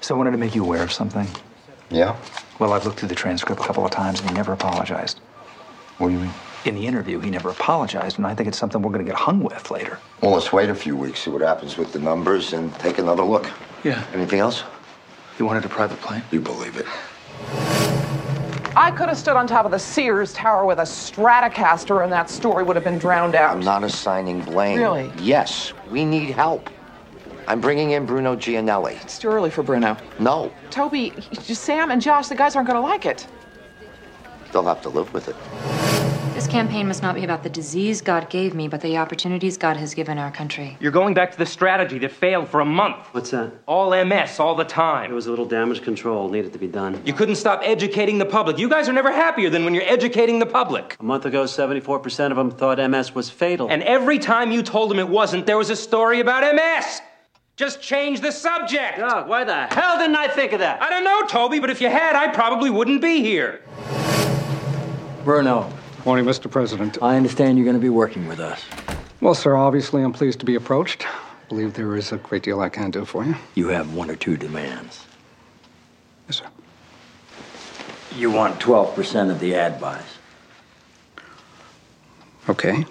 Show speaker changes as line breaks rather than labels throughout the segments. So I wanted to make you aware of something.
Yeah?
Well, I've looked through the transcript a couple of times and he never apologized.
What do you mean?
In the interview, he never apologized, and I think it's something we're going to get hung with later.
Well, let's wait a few weeks, see what happens with the numbers, and take another look.
Yeah.
Anything else?
You wanted a private plane?
You believe it.
I could have stood on top of the Sears Tower with a Stratocaster and that story would have been drowned out.
I'm not assigning blame.
Really?
Yes, we need help. I'm bringing in Bruno Gianelli.
It's too early for Bruno.
No,
Toby, Sam, and Josh, the guys aren't going to like it.
they'll have to live with it.
This campaign must not be about the disease God gave me, but the opportunities God has given our country.
You're going back to the strategy that failed for a month.
What's that?
All MS all the
There
time.
was a little damage control needed to be done.
You couldn't stop educating the public. You guys are never happier than when you're educating the public.
A month ago, 74% of them thought MS was fatal.
And every time you told them it wasn't, there was a story about MS. Just change the subject.
Doug, why the hell didn't I think of that?
I don't know, Toby, but if you had, I probably wouldn't be here.
Bruno,
Morning, Mr. President.
I understand you're going to be working with us.
Well, sir, obviously I'm pleased to be approached. Believe there is a great deal I can do for you.
You have one or two demands.
Yes, sir.
You want 12% of the ad buys.
Okay.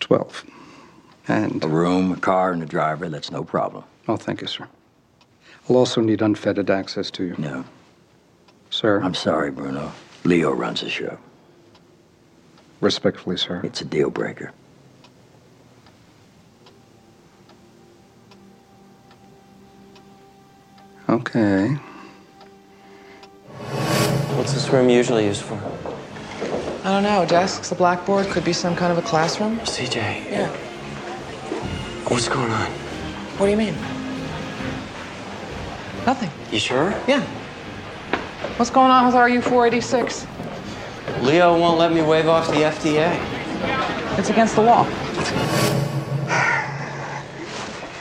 Twelve.
A
And,
room, a car, and a driver, that's no problem.
oh, thank you, sir. I'll also need unfettered access to you.
No.
Sir,
I'm sorry, Bruno. Leo runs the show.
respectfully, sir.
It's a deal breaker.
Okay.
What's this room usually used for?
I don't know. Desks, a blackboard, could be some kind of a classroom.
CJ. Yeah. What's going on?
What do you mean? Nothing.
You sure?
Yeah. What's going on with RU486?
Leo won't let me wave off the FDA.
It's against the law.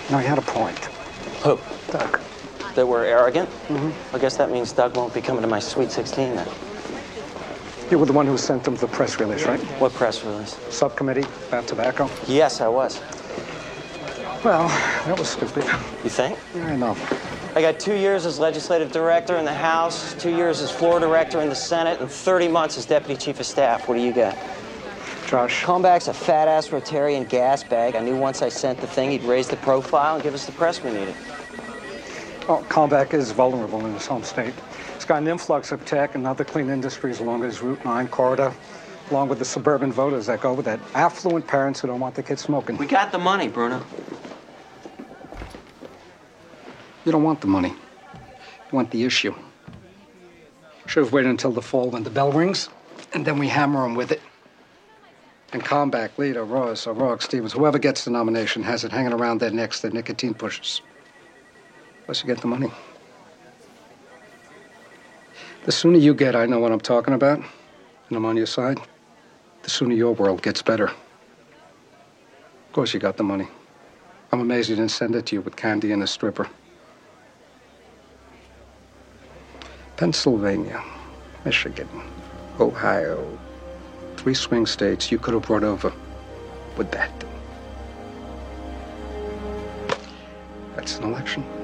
No, you had a point.
Who? Doug. That we're arrogant? Mm-hmm. I guess that means Doug won't be coming to my Sweet 16 then.
You were the one who sent them the press release, right?
What press release?
Subcommittee about tobacco.
Yes, I was.
Well, that was stupid.
You think?
Yeah, I know.
I got two years as legislative director in the House, two years as floor director in the Senate, and 30 months as deputy chief of staff. What do you got?
Josh,
Comeback's a fat ass Rotarian gas bag. I knew once I sent the thing, he'd raise the profile and give us the press we needed.
Well, Comback oh, is vulnerable in its home state. It's got an influx of tech and other clean industries along its Route 9 corridor, along with the suburban voters that go with it. Affluent parents who don't want their kids smoking.
We got the money, Bruno.
You don't want the money. You want the issue. Should have waited until the fall when the bell rings, and then we hammer them with it. And Comback leader Royce or Rourke Stevens, whoever gets the nomination, has it hanging around their necks, their nicotine pushes. Plus, you get the money. The sooner you get, I know what I'm talking about, and I'm on your side, the sooner your world gets better. Of course, you got the money. I'm amazed you didn't send it to you with candy and a stripper. Pennsylvania, Michigan, Ohio. Three swing states you could have brought over with that. That's an election.